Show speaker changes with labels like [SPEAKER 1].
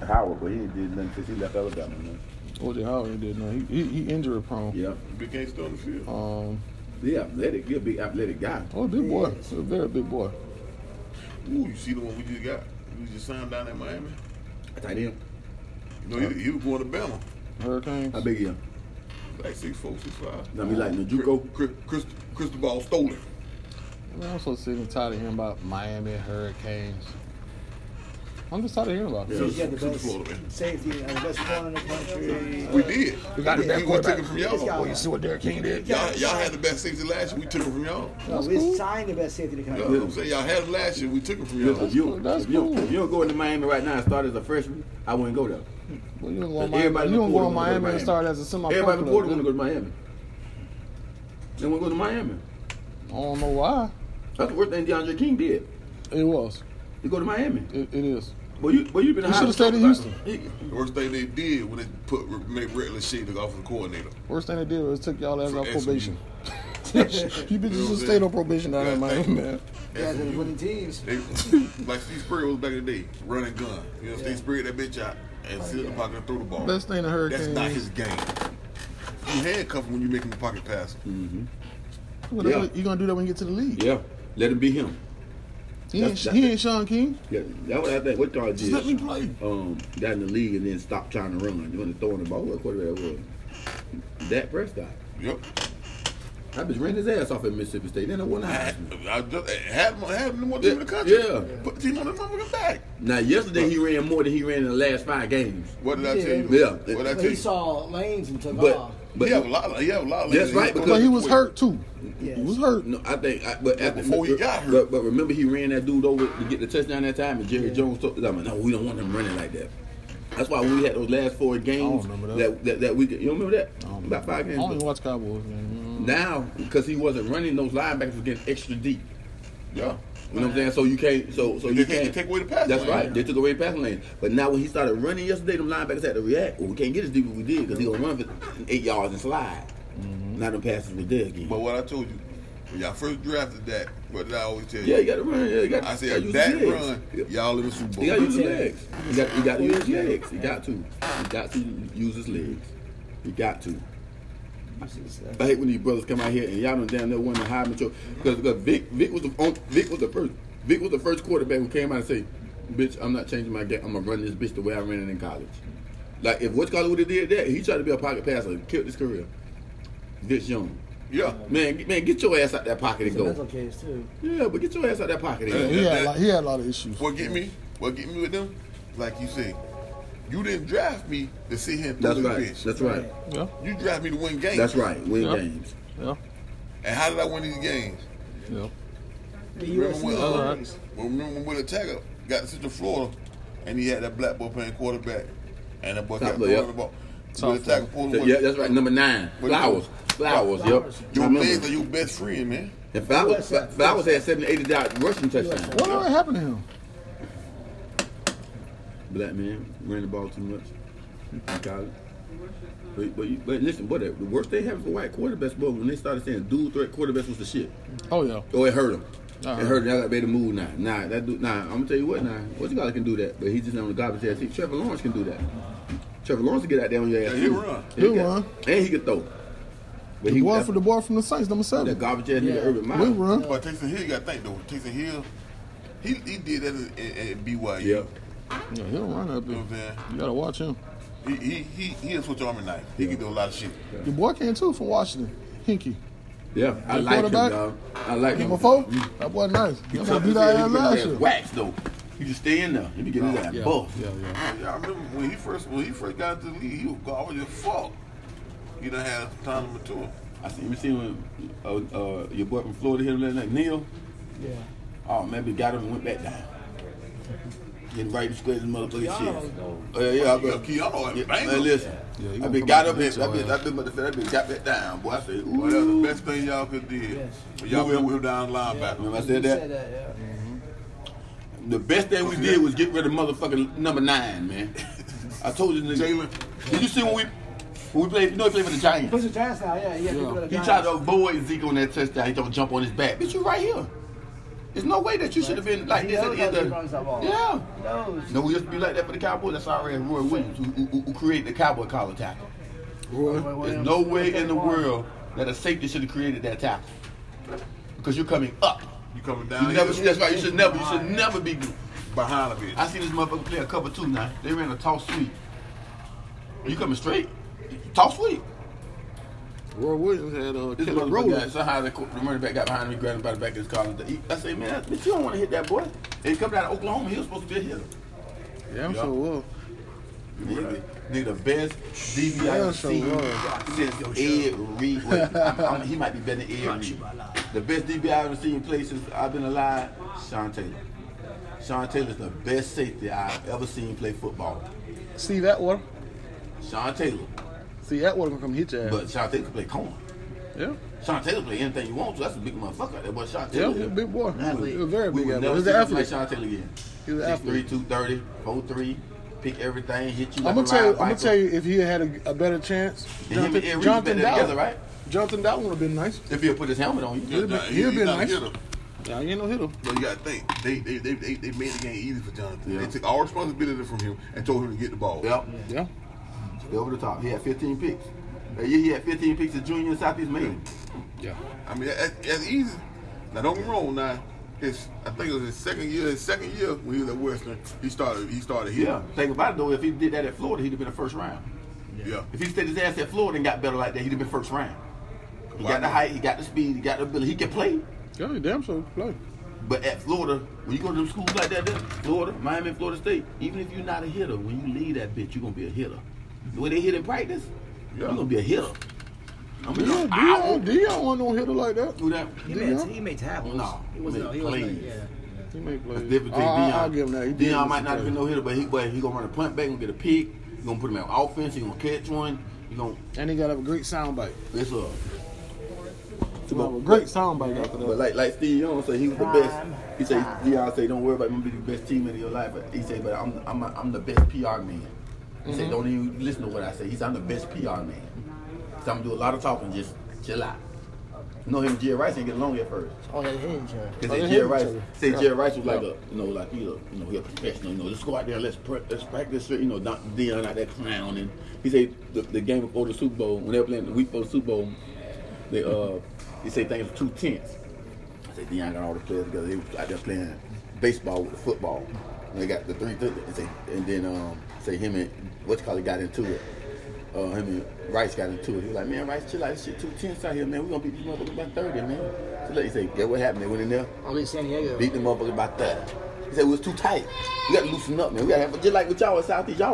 [SPEAKER 1] Howard, but he ain't did nothing since he left Alabama. Man.
[SPEAKER 2] OJ Howard ain't did nothing. He, he, he injury prone.
[SPEAKER 1] Yeah,
[SPEAKER 3] Became still on the field.
[SPEAKER 2] Um,
[SPEAKER 1] he athletic. He a big athletic guy.
[SPEAKER 2] oh, big boy. He's a very big boy.
[SPEAKER 3] Ooh, you see the one we just got? We just signed down at Miami.
[SPEAKER 1] Tight end.
[SPEAKER 3] You know, he, he was going to Bama.
[SPEAKER 2] Hurricanes.
[SPEAKER 1] How big he? is?
[SPEAKER 3] Like six four, six five.
[SPEAKER 1] Now he like Najuko.
[SPEAKER 3] Chris, Chris, Cristobal stole it.
[SPEAKER 2] Man, I'm so sick and tired of hearing about Miami Hurricanes. I'm just tired of hearing about it.
[SPEAKER 1] Yeah.
[SPEAKER 4] We got the
[SPEAKER 3] Super
[SPEAKER 4] best
[SPEAKER 3] Florida, man.
[SPEAKER 4] safety and the best corner in the country.
[SPEAKER 3] We did.
[SPEAKER 5] Uh, We got the best
[SPEAKER 3] We- we took
[SPEAKER 5] quarterback.
[SPEAKER 3] it from y'all.
[SPEAKER 4] Well,
[SPEAKER 5] You see what Derrick King did?
[SPEAKER 3] Y'all, y'all had the best safety last year. We took it from y'all.
[SPEAKER 4] No,
[SPEAKER 1] Oh,
[SPEAKER 4] we
[SPEAKER 2] cool.
[SPEAKER 4] signed the best safety in the
[SPEAKER 3] You know
[SPEAKER 4] country.
[SPEAKER 3] what I'm saying? Y'all had it last year. We took it from y'all.
[SPEAKER 1] If you,
[SPEAKER 2] cool, that's
[SPEAKER 1] if you,
[SPEAKER 2] cool.
[SPEAKER 1] if you don't go into Miami right now and start as a freshman, I wouldn't go there.
[SPEAKER 2] Well, you don't go to
[SPEAKER 1] Everybody
[SPEAKER 2] Miami,
[SPEAKER 1] in
[SPEAKER 2] you
[SPEAKER 1] the portal wanna
[SPEAKER 2] don't go to
[SPEAKER 1] go to
[SPEAKER 2] Miami and
[SPEAKER 1] Miami.
[SPEAKER 2] start as a semi
[SPEAKER 1] Everybody in the want to go to Miami. They want to go to Miami.
[SPEAKER 2] I don't know why.
[SPEAKER 1] That's the worst thing DeAndre King did.
[SPEAKER 2] It was.
[SPEAKER 1] He go to Miami.
[SPEAKER 2] It, it is.
[SPEAKER 1] Well, you, well, you've been.
[SPEAKER 2] You
[SPEAKER 1] highly
[SPEAKER 2] should've stayed in
[SPEAKER 1] talked about- He-
[SPEAKER 3] The worst thing they did when they put made Redley Shade the offensive coordinator.
[SPEAKER 2] Worst thing they did was took y'all ass
[SPEAKER 3] For
[SPEAKER 2] off
[SPEAKER 3] SMU.
[SPEAKER 2] probation. you bitches just stayed on probation down in Miami, man.
[SPEAKER 4] Yeah,
[SPEAKER 3] That's
[SPEAKER 4] they're
[SPEAKER 3] what you-
[SPEAKER 4] winning teams.
[SPEAKER 3] They, like Steve Spurrier was back in the day, run and gun. You know, Steve Spurrier that bitch out and sit in the pocket and throw the ball.
[SPEAKER 2] Best thing the
[SPEAKER 3] That's
[SPEAKER 2] Hurricanes.
[SPEAKER 3] not his game. You handcuff him when you're making the pocket pass.
[SPEAKER 1] Mm-hmm.
[SPEAKER 2] Well, that's
[SPEAKER 1] Yeah.
[SPEAKER 2] what- You gonna do that when you get to the league?
[SPEAKER 1] Yeah, let him be him.
[SPEAKER 2] He ain't,
[SPEAKER 1] That's- that's
[SPEAKER 2] he
[SPEAKER 1] it.
[SPEAKER 2] ain't Sean King.
[SPEAKER 1] Yeah, that's what I think. What y'all did?
[SPEAKER 2] let me play.
[SPEAKER 1] Um, got in the league and then stopped trying to run. You want to throw in the ball? What quarterback was? Dak Prescott.
[SPEAKER 3] Yep.
[SPEAKER 1] I just ran his ass off at Mississippi State. Then I won the
[SPEAKER 3] I,
[SPEAKER 1] Heisman.
[SPEAKER 3] I just I had him, had him in one team in the country.
[SPEAKER 1] Yeah.
[SPEAKER 3] Put the team on the motherfucker's back.
[SPEAKER 1] Now yesterday he ran more than he ran in the last five games.
[SPEAKER 3] What did I
[SPEAKER 4] Yeah.
[SPEAKER 3] tell you?
[SPEAKER 1] Yeah.
[SPEAKER 3] What did I
[SPEAKER 4] But
[SPEAKER 3] tell
[SPEAKER 4] he
[SPEAKER 3] you?
[SPEAKER 4] saw lanes and took
[SPEAKER 1] But
[SPEAKER 4] off.
[SPEAKER 1] but
[SPEAKER 3] he have a lot. Of, he have a lot. Of
[SPEAKER 1] That's
[SPEAKER 3] legs.
[SPEAKER 1] right,
[SPEAKER 3] He's
[SPEAKER 1] because-
[SPEAKER 2] But he
[SPEAKER 3] gonna-
[SPEAKER 2] was hurt too.
[SPEAKER 4] Yes.
[SPEAKER 2] He was hurt.
[SPEAKER 1] No, I think, I, but after,
[SPEAKER 3] Before he got hurt.
[SPEAKER 1] but, but remember he ran that dude over to get the touchdown that time, and Jerry Jones told him, "No, we don't want him running like that." That's why when we had those last four games
[SPEAKER 2] remember
[SPEAKER 1] that.
[SPEAKER 2] that.
[SPEAKER 1] That, that we could, you don't remember that
[SPEAKER 2] don't
[SPEAKER 1] about five
[SPEAKER 2] I
[SPEAKER 1] games.
[SPEAKER 2] don't even
[SPEAKER 1] ago.
[SPEAKER 2] watch Cowboys, man.
[SPEAKER 1] Now because he wasn't running, those linebackers were getting extra deep.
[SPEAKER 3] Yeah.
[SPEAKER 1] You know what I'm saying? So you can't. So so you
[SPEAKER 3] They- they
[SPEAKER 1] can't
[SPEAKER 3] take away the pass
[SPEAKER 1] That's
[SPEAKER 3] lane.
[SPEAKER 1] right. They took away the pass lane. But now when he started running yesterday, them linebackers had to react. Well, we can't get as deep as we did because he gonna run for eight yards and slide. Now the passes were there again.
[SPEAKER 3] Mm-hmm. But what I told you when y'all first drafted that, what did I always tell you?
[SPEAKER 1] yeah, you got to run. Yeah, you got.
[SPEAKER 3] I
[SPEAKER 1] gotta
[SPEAKER 3] said
[SPEAKER 1] use
[SPEAKER 3] that
[SPEAKER 1] your legs.
[SPEAKER 3] run,
[SPEAKER 1] Yeah.
[SPEAKER 3] y'all in the Super Bowl.
[SPEAKER 1] He got to use his
[SPEAKER 4] Yeah.
[SPEAKER 1] legs. He got, he got to use his legs. He got to. He got to use his legs. He got to.
[SPEAKER 4] uh,
[SPEAKER 1] I hate when these brothers come out here and y'all don't damn near won the Heisman Trophy because Vic Vic was the on- Vic was the first Vic was the first quarterback who came out and say, "Bitch, I'm not changing my game. I'm gonna run this bitch the way I ran it in college." Like if West College would have did that, he tried to be a pocket passer, and killed his career. Vince Young,
[SPEAKER 3] Yeah.
[SPEAKER 1] man, get- man, get your ass out that pocket and
[SPEAKER 4] It's a mental
[SPEAKER 1] go.
[SPEAKER 4] case too.
[SPEAKER 1] Yeah, but get your ass out that pocket and
[SPEAKER 3] Yeah,
[SPEAKER 1] go.
[SPEAKER 2] He had a lot, he had a lot of issues.
[SPEAKER 3] What get me? What get me with them? Like you say, you didn't draft me to sit here and throw
[SPEAKER 1] That's
[SPEAKER 3] this
[SPEAKER 1] right.
[SPEAKER 3] bitch.
[SPEAKER 1] That's right.
[SPEAKER 2] Yeah,
[SPEAKER 3] you draft me to win games.
[SPEAKER 1] That's right. Win
[SPEAKER 2] Yeah.
[SPEAKER 1] games.
[SPEAKER 2] yeah,
[SPEAKER 3] And how did I win these games?
[SPEAKER 2] yeah.
[SPEAKER 4] The
[SPEAKER 3] Remember
[SPEAKER 4] USC
[SPEAKER 3] when,
[SPEAKER 2] All
[SPEAKER 4] is-
[SPEAKER 3] well, remember when Attacker got to Central Florida and he had that black boy playing quarterback and that boy
[SPEAKER 1] Top
[SPEAKER 3] kept
[SPEAKER 1] player,
[SPEAKER 3] throwing the
[SPEAKER 1] yep.
[SPEAKER 3] ball.
[SPEAKER 2] Top
[SPEAKER 3] Will Attacker pulled him
[SPEAKER 1] Yeah, that's right. Number nine,
[SPEAKER 3] What
[SPEAKER 1] flowers,
[SPEAKER 3] you
[SPEAKER 1] flowers. Yep.
[SPEAKER 4] Flowers.
[SPEAKER 3] Your
[SPEAKER 1] I
[SPEAKER 3] legs
[SPEAKER 1] remember.
[SPEAKER 3] are your best friend, man.
[SPEAKER 1] If I was, if I was at seventy, eighty dollars rushing touchdown.
[SPEAKER 2] What ever happened to him?
[SPEAKER 1] Black man ran the ball too much. in college. But, but, you- but listen, but the the worst they have for white quarterbacks, boy, when they started saying dual threat quarterbacks was the shit.
[SPEAKER 2] Oh yeah,
[SPEAKER 1] Oh, it hurt them.
[SPEAKER 2] Uh-huh.
[SPEAKER 1] It hurt them. That made them move now. Nah, that dude, nah, I'm gonna tell you what, nah, what you can do that, but he's just on the garbage ass. team. Trevor Lawrence can do that. Trevor Lawrence can get out there on your ass.
[SPEAKER 3] Yeah, he
[SPEAKER 1] too.
[SPEAKER 3] run.
[SPEAKER 2] He
[SPEAKER 1] can-
[SPEAKER 2] run.
[SPEAKER 1] And he can throw. But
[SPEAKER 2] the boy
[SPEAKER 1] that's-
[SPEAKER 2] from the boy from the Saints, number
[SPEAKER 1] that
[SPEAKER 2] seven.
[SPEAKER 1] garbage ass nigga
[SPEAKER 4] Yeah.
[SPEAKER 1] Urban Meyer.
[SPEAKER 2] We run.
[SPEAKER 3] But Taysom Hill, you got to think though. Taysom Hill, he, he did that at, at, at BYU.
[SPEAKER 1] Yep.
[SPEAKER 2] Yeah, he don't run up
[SPEAKER 3] You
[SPEAKER 2] there.
[SPEAKER 3] know what I'm saying?
[SPEAKER 2] You gotta watch him.
[SPEAKER 3] He he he he a Swiss Army knife. He can do a lot of shit.
[SPEAKER 2] Your boy came too from Washington, Hinky.
[SPEAKER 1] Yeah, I
[SPEAKER 2] The
[SPEAKER 1] like him,
[SPEAKER 2] quarterback?
[SPEAKER 1] dog. I like him.
[SPEAKER 2] Number four, that boy nice. That boy
[SPEAKER 1] Tough
[SPEAKER 2] beat
[SPEAKER 1] as
[SPEAKER 2] that
[SPEAKER 1] hell.
[SPEAKER 2] ass
[SPEAKER 1] He
[SPEAKER 2] last
[SPEAKER 1] pretty
[SPEAKER 2] year.
[SPEAKER 1] ass Wax though. You just stay in there. You be getting his ass
[SPEAKER 2] Yeah,
[SPEAKER 1] buffed.
[SPEAKER 2] yeah, yeah.
[SPEAKER 3] Yeah, I remember when he first when he first got into the league, he was garbage as fuck. He done had time to mature.
[SPEAKER 1] I seen you seen when uh, uh, your boy from Florida hit him that night, Neil.
[SPEAKER 4] Yeah.
[SPEAKER 1] Oh man, we got him and went back down. Getting right and square his motherfucking
[SPEAKER 4] Keanu
[SPEAKER 1] shit.
[SPEAKER 4] go.
[SPEAKER 1] Uh, yeah, I
[SPEAKER 3] Yeah,
[SPEAKER 1] been
[SPEAKER 3] Keanu had
[SPEAKER 1] Yeah,
[SPEAKER 3] banged
[SPEAKER 1] man,
[SPEAKER 3] him.
[SPEAKER 1] listen.
[SPEAKER 2] Yeah, he
[SPEAKER 1] I
[SPEAKER 2] gonna
[SPEAKER 1] been
[SPEAKER 2] come
[SPEAKER 1] got
[SPEAKER 2] out
[SPEAKER 1] up
[SPEAKER 2] and
[SPEAKER 1] and
[SPEAKER 2] beat
[SPEAKER 1] I been,
[SPEAKER 2] your
[SPEAKER 1] I been, motherfucker, I been got back down, boy. I said, ooh.
[SPEAKER 3] Well, that's the best thing y'all could did.
[SPEAKER 4] Yes.
[SPEAKER 3] But y'all
[SPEAKER 1] Move him.
[SPEAKER 3] moved him down the linebacker.
[SPEAKER 1] Remember I
[SPEAKER 4] You
[SPEAKER 1] said
[SPEAKER 4] said
[SPEAKER 1] that?
[SPEAKER 4] that, yeah.
[SPEAKER 1] The best thing we did was get rid of motherfucking number nine, man. I told you, nigga.
[SPEAKER 3] Jalen.
[SPEAKER 1] Did you see when we when we played? You know he played for the Giants.
[SPEAKER 4] Push the Giants now, yeah, yeah.
[SPEAKER 2] Yeah.
[SPEAKER 4] people that are
[SPEAKER 1] He
[SPEAKER 4] Giants.
[SPEAKER 1] tried to avoid Zeke on that touchdown. He don't jump on his back. Bitch, you right here. There's no way that you should have been like
[SPEAKER 4] He
[SPEAKER 1] this at
[SPEAKER 4] knows
[SPEAKER 1] the
[SPEAKER 4] how
[SPEAKER 1] end
[SPEAKER 4] to
[SPEAKER 1] of.
[SPEAKER 4] run that ball.
[SPEAKER 1] Yeah.
[SPEAKER 4] He knows.
[SPEAKER 1] No, we used to be like that for the Cowboys. That's our man, Roy Williams, who, who, who created the Cowboy collar tackle.
[SPEAKER 4] Roy
[SPEAKER 1] There's
[SPEAKER 4] Williams.
[SPEAKER 1] no way in the
[SPEAKER 4] Roy.
[SPEAKER 1] world that a safety should have created that tackle because you're coming up.
[SPEAKER 3] You coming
[SPEAKER 1] You
[SPEAKER 3] down
[SPEAKER 1] never.
[SPEAKER 3] here
[SPEAKER 1] That's right. You should never. You should never be.
[SPEAKER 3] behind a bitch.
[SPEAKER 1] I see this motherfucker play a cover two now. They ran a toss sweep. You coming straight? Toss sweep.
[SPEAKER 2] Roy Williams had uh,
[SPEAKER 1] This
[SPEAKER 2] killer
[SPEAKER 1] motherfucker got,
[SPEAKER 2] roller.
[SPEAKER 1] somehow the, co- the running back got behind me, grabbed him by the back of his collar. He- I say, man, bitch, you don't want to hit that boy. And he coming out of Oklahoma, he was supposed to be a hitter.
[SPEAKER 2] Yeah, I'm
[SPEAKER 1] Yeah.
[SPEAKER 2] sure will.
[SPEAKER 1] Nigga, nigga, the best DB
[SPEAKER 2] Yeah,
[SPEAKER 1] I've
[SPEAKER 2] so
[SPEAKER 1] seen
[SPEAKER 2] was.
[SPEAKER 1] since Ed Reed. Wait, I'm, I'm, he might be better than Ed Reed. The best DB I've ever seen play since I've been alive, Sean Taylor. Sean Taylor's the best safety I've ever seen play football.
[SPEAKER 2] See that one?
[SPEAKER 1] Sean Taylor.
[SPEAKER 2] See that one gonna come hit your ass.
[SPEAKER 1] But Sean Taylor can play corner.
[SPEAKER 2] yeah.
[SPEAKER 1] Sean Taylor play anything you want to. That's a big motherfucker. That boy Sean
[SPEAKER 2] Yeah,
[SPEAKER 1] Taylor.
[SPEAKER 2] he was a big boy. He
[SPEAKER 1] We-
[SPEAKER 2] was a very
[SPEAKER 1] we
[SPEAKER 2] big
[SPEAKER 1] would
[SPEAKER 2] guy.
[SPEAKER 1] never
[SPEAKER 2] but He was
[SPEAKER 1] see
[SPEAKER 2] an
[SPEAKER 1] nothing like
[SPEAKER 2] athlete.
[SPEAKER 1] Sean Taylor again.
[SPEAKER 2] He was an
[SPEAKER 1] 6'3",
[SPEAKER 2] athlete.
[SPEAKER 1] 230, 4'3", pick everything, hit you like
[SPEAKER 2] I'm gonna
[SPEAKER 1] a
[SPEAKER 2] tell you.
[SPEAKER 1] ride
[SPEAKER 2] I'm gonna
[SPEAKER 1] bicycle.
[SPEAKER 2] tell you if he had a, a better chance.
[SPEAKER 1] And him and Ed Reed
[SPEAKER 2] Jonathan
[SPEAKER 1] better together,
[SPEAKER 2] Dowd,
[SPEAKER 1] right?
[SPEAKER 2] Jonathan Dowd would have been nice.
[SPEAKER 1] If he'll put his helmet on you.
[SPEAKER 2] He'll be,
[SPEAKER 3] Nah,
[SPEAKER 2] he'll
[SPEAKER 3] he-
[SPEAKER 2] be
[SPEAKER 3] he's not
[SPEAKER 2] nice.
[SPEAKER 3] a hitter.
[SPEAKER 2] Yeah, he ain't no hitter.
[SPEAKER 3] No, you gotta think. They they they they, they made the game easy for Jonathan.
[SPEAKER 1] Yeah.
[SPEAKER 3] They took all responsibility from him and told him to get the ball.
[SPEAKER 1] Yep.
[SPEAKER 2] Yeah.
[SPEAKER 1] Over the top. He had 15 picks. That year he had 15 picks at junior in Southeast Maine.
[SPEAKER 2] Yeah.
[SPEAKER 3] I mean, that- that's easy. Now don't get me wrong. Now his I think it was his second year. His second year when he was at Western, he started he started hitting.
[SPEAKER 1] Yeah. Think about it though, if he did that at Florida, he'd have been a first round.
[SPEAKER 3] yeah.
[SPEAKER 1] If he stayed his ass at Florida and got better like that, he'd have been first round. He got the height, he got the speed, he got the ability. He can play.
[SPEAKER 2] Yeah, he damn sure could play.
[SPEAKER 1] But at Florida, when you go to them schools like that, there, Florida, Miami, and Florida State, even if you're not a hitter, when you leave that bitch, you're gonna be a hitter. The way they hit in practice, you're gonna be a hitter. I'm gonna
[SPEAKER 2] Yeah,
[SPEAKER 1] I
[SPEAKER 2] Dion,
[SPEAKER 1] won't
[SPEAKER 2] Dion wasn't no hitter like that.
[SPEAKER 1] do that.
[SPEAKER 4] He
[SPEAKER 2] Yeah.
[SPEAKER 4] made, he made tackles.
[SPEAKER 1] No,
[SPEAKER 4] he wasn't.
[SPEAKER 1] made
[SPEAKER 4] no, he wasn't.
[SPEAKER 1] plays.
[SPEAKER 4] Yeah.
[SPEAKER 2] He may play.
[SPEAKER 1] That's different between
[SPEAKER 2] I- I-
[SPEAKER 1] Dion.
[SPEAKER 2] I'll give him that. He did
[SPEAKER 1] Dion
[SPEAKER 2] make
[SPEAKER 1] might
[SPEAKER 2] some
[SPEAKER 1] not have
[SPEAKER 2] plays.
[SPEAKER 1] been no hitter, but he but he gonna run a punt back, gonna get a pick, he gonna put him on offense, he gonna catch one, he gonna
[SPEAKER 2] And he got a great sound bite.
[SPEAKER 1] it's up.
[SPEAKER 2] He got a great sound bite after
[SPEAKER 1] But
[SPEAKER 2] that.
[SPEAKER 1] like like Steve Young said, he was the best.
[SPEAKER 4] Prime
[SPEAKER 1] He said Dion said, "Don't worry about me being the best teammate of your life." But he said, "But I'm I'm a, I'm the best PR man." He
[SPEAKER 2] Mm-hmm.
[SPEAKER 1] said, "Don't even listen to what I say." He said, "I'm the best PR man." So I'm gonna do a lot of talking. Just chill out. You know him and Jerry Rice ain't get along at first.
[SPEAKER 4] Oh, yeah, he ain't trying.
[SPEAKER 1] Cause
[SPEAKER 2] Oh,
[SPEAKER 1] say
[SPEAKER 2] they
[SPEAKER 1] Jerry
[SPEAKER 2] hate
[SPEAKER 1] Rice,
[SPEAKER 2] each other.
[SPEAKER 1] say
[SPEAKER 2] Yeah.
[SPEAKER 1] Jerry Rice was like a, you know, like he, a, you know, he a professional. You know, let's go out there, let's pre- let's practice. You know, not Dion out there clowning. He said the, the game before the Super Bowl, when they were playing the week before the Super Bowl, they uh, he said things were too tense. I said Dion got all the players together. They was out there playing baseball with the football. And they got the three, th- and, say, and then um, say him and what's called got into it. Uh, him and Rice got into it. He was like, man, Rice, chill out. This shit too tense out here, man. We're going to beat these motherfuckers by 30, man. So let you say, yeah, what happened? They went in there,
[SPEAKER 4] I'm in San Diego.
[SPEAKER 1] Beat them motherfuckers by 30. He said, it was too tight. We got to loosen up, man. We got to have, just like with y'all at Southeast, y'all